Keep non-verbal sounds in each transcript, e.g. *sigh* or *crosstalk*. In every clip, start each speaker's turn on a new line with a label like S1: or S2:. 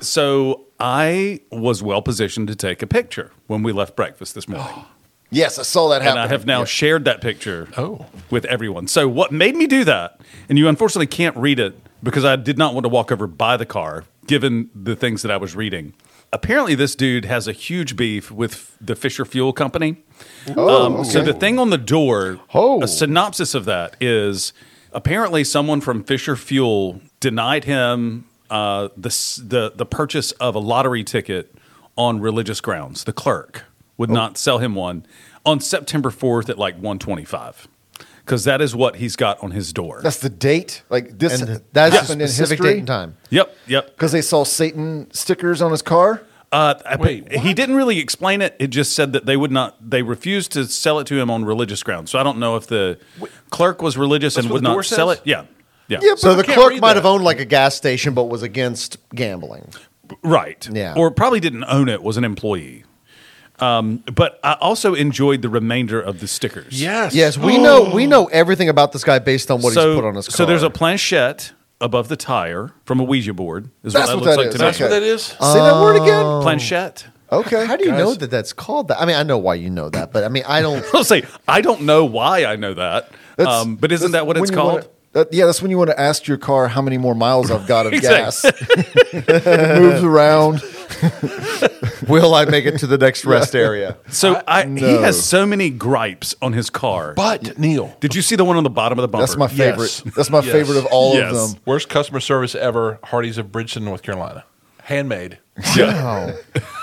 S1: So I was well positioned to take a picture when we left breakfast this morning.
S2: *gasps*
S3: Yes, I saw that
S1: and
S3: happen.
S1: I have now
S3: Yeah.
S1: shared that picture
S2: Oh.
S1: with everyone. So what made me do that, and you unfortunately can't read it because I did not want to walk over by the car, given the things that I was reading. Apparently, this dude has a huge beef with the Fisher Fuel Company. um, So the thing on the door,
S2: Oh.
S1: a synopsis of that is apparently someone from Fisher Fuel denied him uh, the, s- the the purchase of a lottery ticket on religious grounds. The clerk would
S2: Oh.
S1: not sell him one on September fourth at like one twenty five. Because that is what he's got on his door.
S3: That's the date. Like this.
S2: And the-
S3: that
S2: yeah.
S3: happened in
S2: Specific
S3: history
S2: date and
S3: time.
S1: yep, yep.
S3: Because they saw Satan stickers on his car.
S1: Uh, I-
S2: Wait,
S1: he didn't really explain it. It just said that they would not. They refused to sell it to him on religious grounds. So I don't know if the clerk was religious and
S2: what
S1: would
S2: the door
S1: not sell
S2: says?
S1: it. Yeah, yeah.
S3: Yeah,
S2: So
S3: but
S2: I
S3: the
S2: can't
S3: clerk
S2: read
S3: might
S2: that.
S3: have owned like a gas station, but was against gambling.
S1: right.
S3: Yeah.
S1: or probably didn't own it. Was an employee. Um, but I also enjoyed the remainder of the stickers.
S2: Yes.
S3: Yes, we know *gasps* we know everything about this guy based on what
S1: so,
S3: he's put on his car.
S1: So there's a planchette above the tire from a Ouija board. Is
S3: That's
S1: what
S3: what
S1: that looks
S3: that
S1: like
S3: is,
S1: to
S2: That's
S1: me.
S3: okay. Oh.
S2: what that is.
S1: Uh,
S3: say that word again.
S1: Planchette. *laughs*
S3: Okay, how do you
S2: Guys.
S3: know that that's called that? I mean, I know why you know that, but I mean, I *laughs* don't.
S1: I'll say I don't know why I know that. Um, but isn't that what it's called?
S3: that, yeah, that's when you want to ask your car how many more miles I've
S1: *laughs*
S3: got of gas.
S1: Exactly.
S3: *laughs* it moves
S1: *laughs*
S3: around. *laughs* Will I make it to the next rest area?
S1: So I, he
S3: no.
S1: has so many gripes on his car.
S2: But Neil,
S1: Did you see the one on the bottom of the bumper?
S3: That's my favorite.
S2: Yes.
S3: That's my
S2: Yes.
S3: favorite of all
S1: Yes.
S3: of them.
S2: worst customer service ever. Hardee's of Bridgeton, North Carolina, handmade.
S3: *laughs*
S1: Yeah.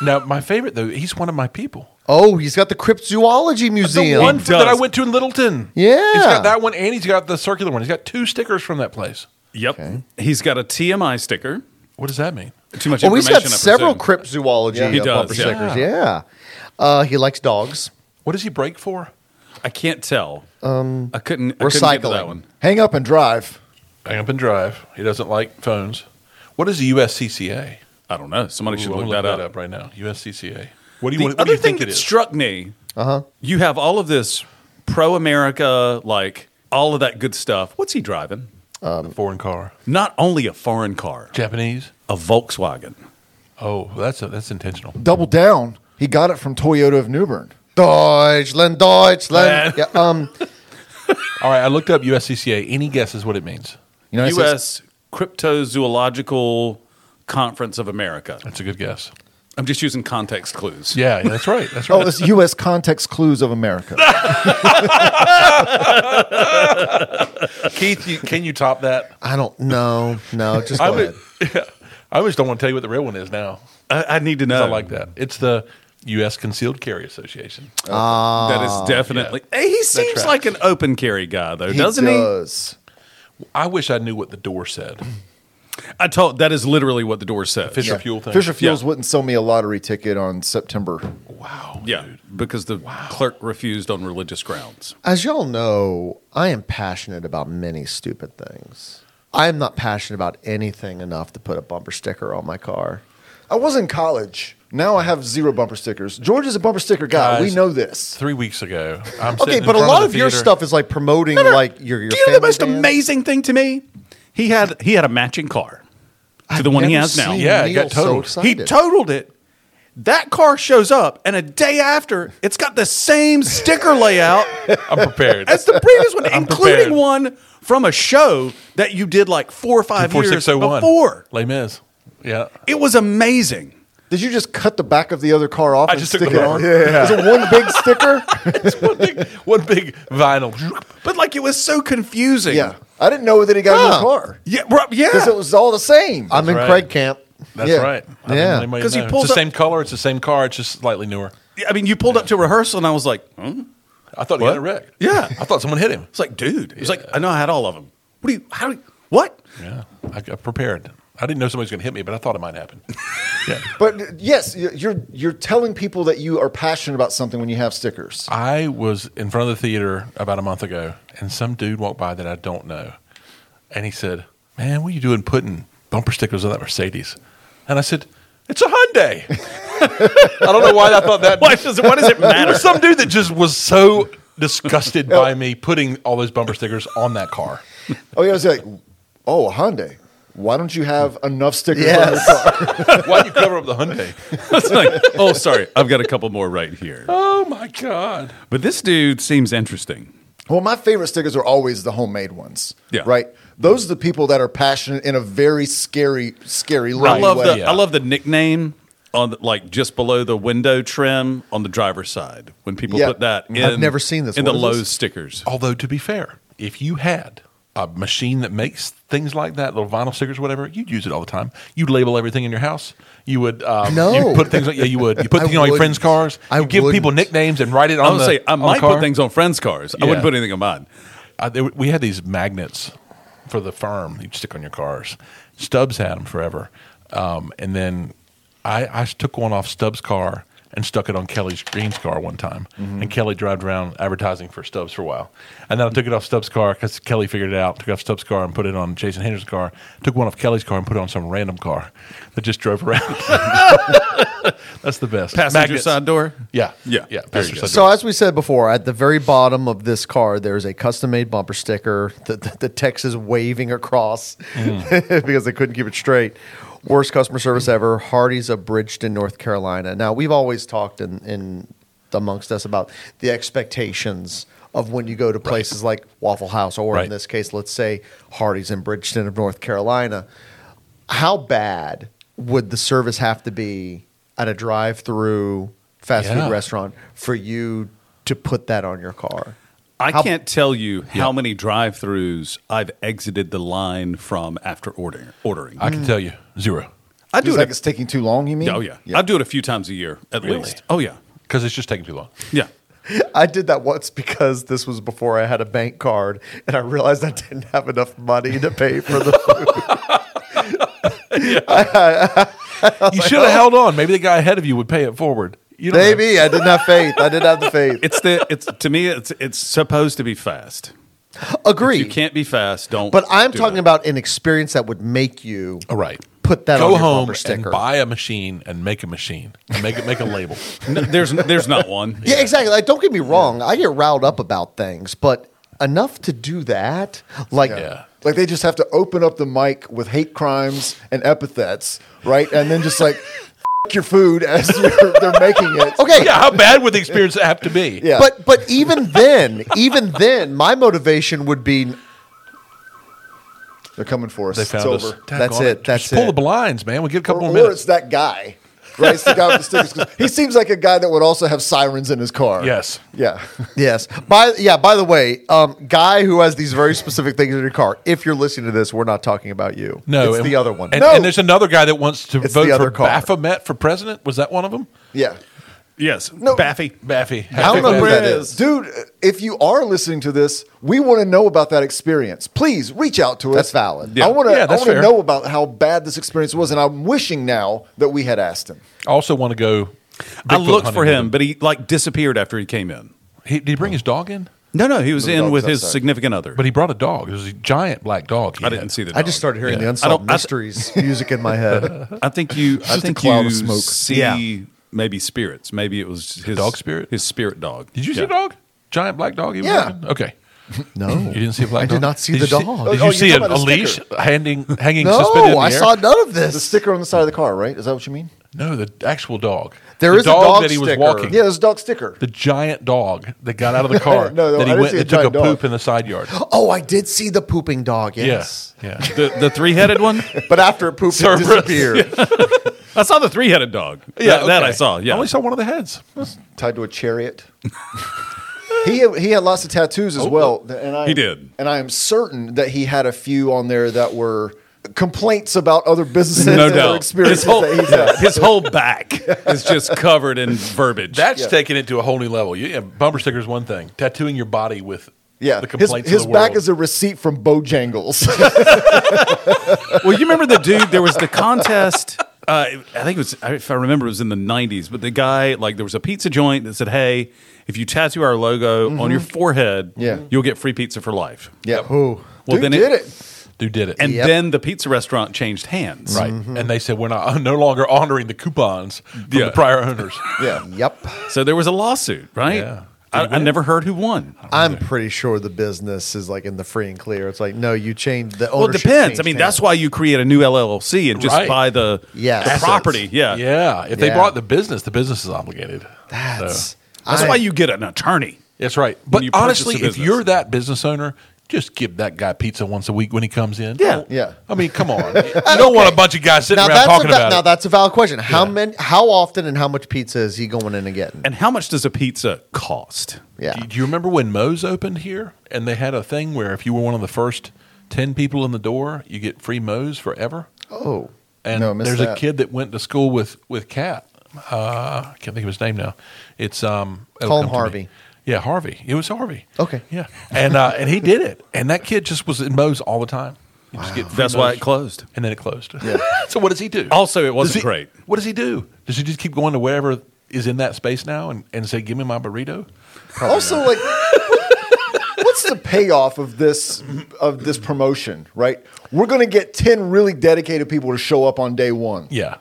S2: now, my favorite though, he's one of my people.
S3: Oh, he's got the cryptozoology museum.
S2: The one
S1: He
S2: that I
S1: does.
S2: went to in Littleton.
S3: Yeah.
S2: he's got that one, and he's got the circular one. He's got two stickers from that place.
S1: Yep. He's got a TMI sticker.
S2: What does that mean?
S1: Too much
S3: Oh, he's
S1: information.
S3: got
S1: I
S3: several
S1: presume.
S3: cryptozoology
S1: Yeah. He
S3: uh,
S1: does,
S3: bumper
S1: yeah.
S3: stickers. Yeah, uh, he likes dogs.
S2: What does he break for?
S1: I can't tell. Um, I couldn't. I couldn't get to
S3: Recycling.
S1: that one.
S3: Hang up and drive.
S2: Hang up and drive. He doesn't like phones. What is the USCCA?
S1: I don't know. Somebody should
S2: Ooh, I'm
S1: look
S2: gonna
S1: that up.
S2: right now. USCCA. What do you,
S1: The
S2: want, what do
S1: other
S2: you
S1: thing
S2: think it
S1: that
S2: is?
S1: struck me. You have all of this pro America, like all of that good stuff. What's he driving?
S2: A foreign car.
S1: Not only a foreign car,
S2: Japanese.
S1: a Volkswagen.
S2: Oh, that's a, that's intentional.
S3: Double down. He got it from Toyota of Newbern. Deutschland, Deutschland. Yeah, um,
S2: All right, I looked up USCCA. Any guesses what it means?
S3: United
S1: U.S.
S3: States-
S1: Cryptozoological Conference of America.
S2: That's a good guess.
S1: I'm just using context clues.
S2: Yeah, yeah, that's right. That's
S3: Oh,
S2: right.
S3: it's U.S. Context Clues
S1: *laughs*
S3: of America.
S2: Keith, you, can you top that?
S3: I don't know. No, just go
S2: *laughs* I
S3: ahead.
S2: would, I always don't want to tell you what the real one is now.
S1: I, I need to know.
S3: Uh,
S2: I like that. It's the U.S. Concealed Carry Association.
S1: That is definitely. Hey, He seems
S2: tracks.
S1: like an open carry guy, though, doesn't
S3: does.
S2: I wish I knew what the door said.
S1: he? I told that is literally what the door says.
S2: Fisher
S3: Yeah.
S2: Fuel thing.
S3: Fisher Fuels
S1: Yeah.
S3: wouldn't sell me a lottery ticket on September.
S2: *clears throat* Wow.
S1: Yeah, because the clerk refused on religious grounds.
S3: As y'all know, I am passionate about many stupid things. I am not passionate about anything enough to put a bumper sticker on my car. I was in college. Now I have zero bumper stickers. George is a bumper sticker guy.
S2: Guys,
S3: we know this.
S2: Three weeks ago. I'm
S3: Okay,
S2: sitting in
S3: but a
S2: front
S3: lot
S2: the
S3: of, your
S2: theater.
S3: stuff is like promoting like your your
S1: Do you know the
S3: family
S1: most
S3: band.
S1: amazing thing to me? He had he had a matching car to the
S3: I've
S1: one he
S3: never
S1: has now.
S3: seen
S2: Yeah, it
S3: Neil
S2: got totaled.
S3: So
S1: He
S3: excited.
S1: totaled it. That car shows up, and a day after, it's got the same sticker
S3: *laughs*
S1: layout
S2: I'm prepared.
S1: as the previous one,
S2: I'm
S1: including
S2: prepared.
S1: one from a show that you did like four oh or five years
S2: 4601.
S1: before.
S2: Les Mis. Yeah. *laughs*
S1: It was amazing.
S3: Did you just cut the back of the other car off
S2: I
S3: and
S2: just took
S3: stick
S2: the
S3: it
S2: car.
S3: on? Yeah. Is it one big
S2: *laughs*
S3: sticker?
S2: one, big, one big vinyl.
S1: But like it was so confusing.
S3: yeah. I didn't know that he got a
S2: Huh.
S3: new car
S1: Yeah. bro,
S3: because it
S1: yeah.
S3: was all the same. I'm in
S2: right.
S3: Craig camp.
S2: That's
S3: Yeah.
S2: right. I
S3: Yeah.
S2: didn't really
S1: 'Cause he
S2: know.
S1: pulls
S2: it's the
S1: up-
S2: same color. It's the same car. It's just slightly newer.
S1: I mean, you pulled up to rehearsal and I was like, hmm?
S2: I thought he
S1: What?
S2: had a wreck.
S1: Yeah.
S2: I thought someone hit him.
S1: It's like, dude. It's like, I know I had all of them. What do you, how do you, what?
S2: Yeah. I got prepared. I didn't know somebody was going to hit me, but I thought it might *laughs* happen. yeah.
S3: But uh, yes, y- you're you're telling people that you are passionate about something when you have stickers.
S2: I was in front of the theater about a month ago, and some dude walked by that I don't know, and he said, "Man, what are you doing putting bumper stickers on that Mercedes?" And I said, "It's a Hyundai." *laughs* I don't know why I thought that.
S1: Why does, why does it
S2: There
S1: matter?
S2: was some dude that just was so disgusted by me putting all those bumper stickers on that car.
S3: Oh yeah, I was like, oh, a Hyundai. Why don't you have enough stickers on your
S4: Yes.
S3: car? *laughs*
S2: Why'd you cover up the Hyundai?
S1: *laughs* It's like, oh, sorry, I've got a couple more right here.
S2: Oh my God.
S1: But this dude seems interesting.
S3: Well, my favorite stickers are always the homemade ones.
S1: Yeah.
S3: Right? Those are the people that are passionate in a very scary, scary
S1: I
S3: lovely
S1: love
S3: way.
S1: the
S2: Yeah.
S1: I love the nickname on the, like just below the window trim on the driver's side when people
S3: Yeah.
S1: put that. In,
S3: I've
S4: never seen this.
S1: in
S4: What
S1: the
S4: is
S1: Lowe's
S4: this?
S1: stickers.
S2: Although, to be fair, if you had a machine that makes things like that, little vinyl stickers, whatever, you'd use it all the time. You'd label everything in your house. You would um,
S4: No.
S2: you put things like yeah, you would. You put
S4: *laughs* I
S2: things on your friends'
S4: wouldn't.
S2: cars.
S4: I
S2: you give people
S4: wouldn't.
S2: nicknames and write it on.
S1: I would
S2: the,
S1: say I
S2: on the
S1: might
S2: car.
S1: put things on friends' cars. I
S2: Yeah.
S1: wouldn't put anything on mine.
S2: I, they, we had these magnets for the firm you'd stick on your cars. Stubbs had them forever. Um, and then I, I took one off Stubbs' car and stuck it on Kelly's Green's car one time.
S1: Mm-hmm.
S2: And Kelly drove around advertising for Stubbs for a while. And then I took it off Stubbs' car because Kelly figured it out. Took it off Stubbs' car and put it on Jason Henderson's car. Took one off Kelly's car and put it on some random car that just
S1: *laughs*
S2: drove around. That's the best.
S1: Passenger
S2: Magnets.
S1: side door.
S2: Yeah.
S1: Yeah.
S2: Yeah.
S1: There you
S2: passenger
S1: go.
S2: side door.
S4: So as we said before, at the very bottom of this car, there's a custom-made bumper sticker. The, the, the text is waving across
S2: Mm.
S4: *laughs* because they couldn't keep it straight. Worst customer service ever. Hardee's of Bridgeton, North Carolina. Now we've always talked in, in amongst us about the expectations of when you go to places like Waffle House, or
S2: Right.
S4: in this case, let's say Hardee's in Bridgeton of North Carolina. How bad would the service have to be at a drive-through fast
S2: Yeah.
S4: food restaurant for you to put that on your car?
S1: I
S4: How-
S1: can't tell you how many drive-throughs I've exited the line from after ordering. Ordering.
S2: I can tell you zero.
S1: I
S3: It's
S1: do
S3: like
S1: it.
S3: it's taking too long, you mean?
S1: a- oh yeah. I do it a few times a year at
S2: Really?
S1: least. Oh yeah.
S2: Because it's just taking too long.
S1: Yeah.
S4: *laughs* I did that once because this was before I had a bank card and I realized I didn't have enough money to pay for the food.
S2: You should
S1: oh.
S2: have held on. Maybe the guy ahead of you would pay it forward. You don't know.
S4: Maybe I didn't have faith. I didn't have the faith.
S1: It's the it's to me it's it's supposed to be fast. If
S4: Agree.
S1: you can't be fast, don't
S4: but I'm
S1: do
S4: talking
S1: it.
S4: about an experience that would make you
S2: All Oh, right.
S4: put that on
S2: Go
S4: your
S2: home
S4: bumper sticker.
S2: and buy a machine and make a machine. And make it make a
S4: *laughs*
S2: label.
S1: No, there's there's not one.
S4: Yeah, exactly. Like, don't get me wrong. I get riled up about things, but enough to do that. Like,
S2: Yeah.
S3: Like they just have to open up the mic with hate crimes and epithets, right? And then just like *laughs* F- your food as *laughs* they're, they're making it.
S1: Oh.
S4: okay,
S2: Yeah, how bad would the experience have to be?
S3: Yeah.
S4: but but even then, even then, my motivation would be
S3: They're coming for us.
S2: They found
S3: it's
S2: us.
S3: over.
S2: Daggone
S4: That's it, that's
S2: Just pull the
S4: it.
S2: blinds, man. We get a couple
S3: Or,
S2: more
S3: or it's
S2: minutes.
S3: that guy. Right? It's the guy with the stickers. 'Cause He seems like a guy that would also have sirens in his car.
S2: Yes.
S3: Yeah. *laughs*
S4: yes. By yeah. By the way, um, guy who has these very specific things in your car. If you're listening to this, we're not talking about you.
S2: No,
S4: it's
S2: and-
S4: the other one.
S2: And,
S3: No.
S2: and there's another guy that wants to
S4: It's
S2: vote
S4: the
S2: for
S4: other car.
S2: Baphomet for president. Was that one of them?
S3: Yeah.
S1: Yes.
S3: No.
S1: Baffy.
S2: Baffy.
S4: I don't know who that is.
S3: Dude, if you are listening to this, we want to know about that experience. Please reach out to us.
S4: That's valid.
S3: I want to
S2: Yeah,
S3: I
S2: that's
S3: want to
S2: fair.
S3: know about how bad this experience was and I'm wishing now that we had asked him.
S2: I also want to go.
S1: I
S2: Bigfoot
S1: looked for
S2: hunting.
S1: him, but he like disappeared after he came in.
S2: He, did he bring his dog in?
S1: No, no, he was
S3: The
S1: in
S3: dog's
S1: with his
S3: outside.
S1: significant other.
S2: But he brought a dog. It was a giant black dog. he
S1: I
S2: had.
S1: didn't see the.
S4: I just
S1: dog.
S4: started hearing
S2: Yeah.
S4: the
S1: I
S4: unsolved
S1: don't- I-
S4: mysteries music in
S2: *laughs*
S4: my head.
S1: I think you. I
S3: just a
S1: think
S3: cloud
S1: you
S3: of smoke.
S1: see
S4: Yeah.
S1: maybe spirits. Maybe it was his
S2: Dog spirit?
S1: His spirit dog.
S2: Did you see
S1: Yeah.
S2: a dog? Giant black dog? he was
S3: Yeah.
S2: walking? Okay.
S4: No,
S2: You didn't see a black
S4: I
S2: dog?
S4: did not see
S2: Did
S4: the
S2: you
S4: dog.
S2: Did
S3: Oh,
S2: you
S3: you're
S2: see
S3: talking
S2: a,
S3: about
S2: a
S3: a
S2: leash hanging, hanging suspended in
S4: no,
S2: the
S4: I
S2: air?
S4: saw none of
S3: The
S4: this.
S3: sticker on the side of the car, right? Is that what you mean?
S2: No, the actual dog.
S4: There
S2: the
S4: is a dog
S2: that he was
S4: sticker.
S2: walking.
S3: Yeah, there's a dog sticker.
S2: The giant dog that got out of the car
S3: No, no,
S2: that
S3: I
S2: he
S3: didn't
S2: went
S3: see a
S2: and took a
S3: giant dog.
S2: poop in the side yard.
S4: Oh, I did see the pooping dog. Yes,
S1: *laughs*
S2: Yeah. Yeah.
S1: The, the three headed one?
S4: but after it pooped, it
S2: Cerberus.
S4: disappeared.
S1: I saw the three headed dog.
S2: Yeah,
S1: that, that
S2: okay.
S1: I saw. Yeah,
S2: I only saw one of the heads.
S3: tied to a chariot. *laughs* he had, he had lots of tattoos as well, and I
S1: Oh, He did.
S3: And I am certain that he had a few on there that were complaints about other
S1: *laughs*
S3: businesses
S1: no
S3: and their
S1: doubt. His
S3: experiences
S1: whole, *laughs*
S3: that he's had.
S1: his whole back is just covered in verbiage.
S2: That's taking it to a whole new level. You, yeah, bumper sticker is one thing. Tattooing your body with
S3: Yeah,
S2: the
S3: his,
S2: complaints
S3: his
S2: of the
S3: back
S2: world.
S3: is a receipt from
S4: *laughs*
S3: Bojangles.
S1: well, you remember the dude? There was the contest. Uh, I think it was, if I remember, it was in the '90s. But the guy, like, there was a pizza joint that said, "Hey, if you tattoo our logo on your forehead,
S3: Yeah.
S1: you'll get free pizza for life."
S3: yeah,
S4: Ooh.
S1: Well,
S3: Dude
S1: then
S3: did
S1: it-
S3: it.
S2: Dude did it.
S1: And
S4: Yep.
S1: then the pizza restaurant changed hands.
S2: right. And they said, we're not, *laughs* no longer honoring the coupons from
S1: Yeah.
S2: the prior owners.
S3: Yeah,
S4: Yep.
S1: So there was a lawsuit, right?
S2: Yeah.
S1: I, I never heard who won.
S4: I'm pretty sure the business is like in the free and clear. It's like, no, you changed the
S1: Well, it
S4: ownership.
S1: depends. I
S4: changed
S1: mean,
S4: hands.
S1: that's why you create a new LLC and just
S2: Right.
S1: buy the,
S4: Yes.
S1: the
S4: Assets.
S1: property. Yeah.
S2: Yeah. If they
S4: Yeah.
S2: bought the business, the business is obligated.
S4: That's
S2: So-
S1: That's
S4: I-
S1: why you get an attorney.
S2: that's right.
S1: When
S2: But
S1: you purchase
S2: honestly,
S1: the
S2: if
S1: business.
S2: you're that business owner, just give that guy pizza once a week when he comes in.
S1: Yeah.
S3: Yeah.
S2: I mean, come
S4: *laughs*
S2: on. you don't want a bunch of guys sitting
S4: Now
S2: around
S4: that's,
S2: talking
S4: a, val-
S2: about
S4: now
S2: it.
S4: that's a valid question. How many? How often and how much pizza is he going in and getting?
S1: And how much does a pizza cost?
S4: Yeah,
S2: Do, do you remember when Moe's opened here and they had a thing where if you were one of the first 10 people in the door, you get free Moe's forever?
S3: Oh.
S2: And
S3: No, I missed
S2: there's a
S3: that.
S2: kid that went to school with with Cat. Uh, I can't think of his name now. It's um. it'll
S4: Call him
S2: come to me.
S4: Harvey.
S2: Yeah, Harvey. It was Harvey.
S4: Okay.
S2: Yeah, and uh, and he did it. And that kid just was in Moe's all the time. He'd just get free
S1: That's why
S2: Moe's.
S1: it closed.
S2: And then it closed. Yeah. *laughs* so what does he do?
S1: Also, it wasn't
S2: Does he-
S1: great.
S2: What does he do? Does he just keep going to wherever is in that space now and, and say, "Give me my burrito"?
S3: also like what's the payoff of this of this promotion right we're going to get 10 really dedicated people to show up on day one
S2: Yeah.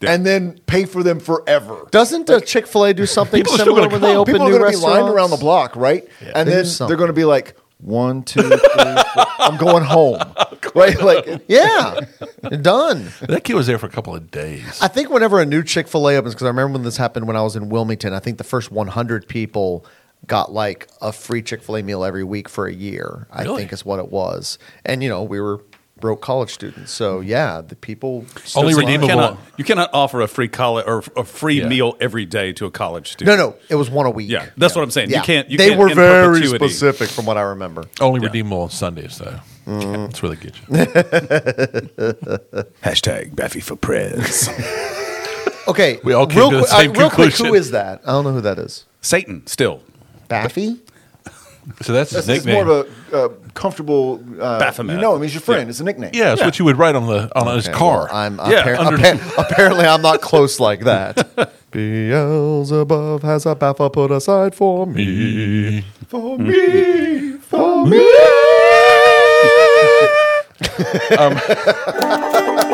S3: and then pay for them forever
S4: doesn't uh, Chick Fil A do something
S2: People are still
S4: similar
S2: gonna
S4: when
S2: come.
S4: they open
S3: people are
S4: new
S3: going to be
S4: restaurants?
S3: lined around the block right and
S4: They do
S3: then
S4: something.
S3: they're going to be like one two three four. i'm going
S4: *laughs*
S3: home right like
S4: *laughs* Yeah, *laughs* done.
S2: That kid was there for a couple of days.
S4: I think whenever a new Chick Fil A opens, because I remember when this happened when I was in Wilmington, I think the first 100 people got like a free Chick Fil A meal every week for a year. I
S2: Really?
S4: think is what it was. And you know, we were broke college students, so yeah, the people stood
S2: Only
S4: in line.
S1: You
S2: redeemable-
S1: cannot, you cannot offer a free college or a free
S2: Yeah.
S1: meal every day to a college student.
S4: No, no, it was one a week.
S1: Yeah, that's what I'm saying.
S4: Yeah.
S1: You can't. You
S4: they
S1: can't
S4: were
S1: in
S4: very
S1: perpetuity.
S4: specific from what I remember.
S2: Only redeemable on Sundays though. That's where they get you.
S1: Hashtag Baffy for Prez.
S4: Okay,
S2: We all came to the
S4: qui-
S2: same
S4: real quick,
S2: conclusion.
S4: who is that? I don't know who that is.
S1: Satan still
S4: *laughs* Baffy.
S2: So that's his
S3: it's, it's
S2: nickname.
S3: more of a uh, comfortable uh,
S1: Baphomet.
S3: you know him he's your friend it's a nickname
S2: Yeah, it's what you would write on the on his
S4: Okay,
S2: car.
S4: well, I'm
S1: Yeah,
S4: appar- *laughs*
S2: under-
S4: appa- apparently I'm not close like that.
S1: *laughs*
S4: Beelzebub has a baffa put aside for me. For me. For me.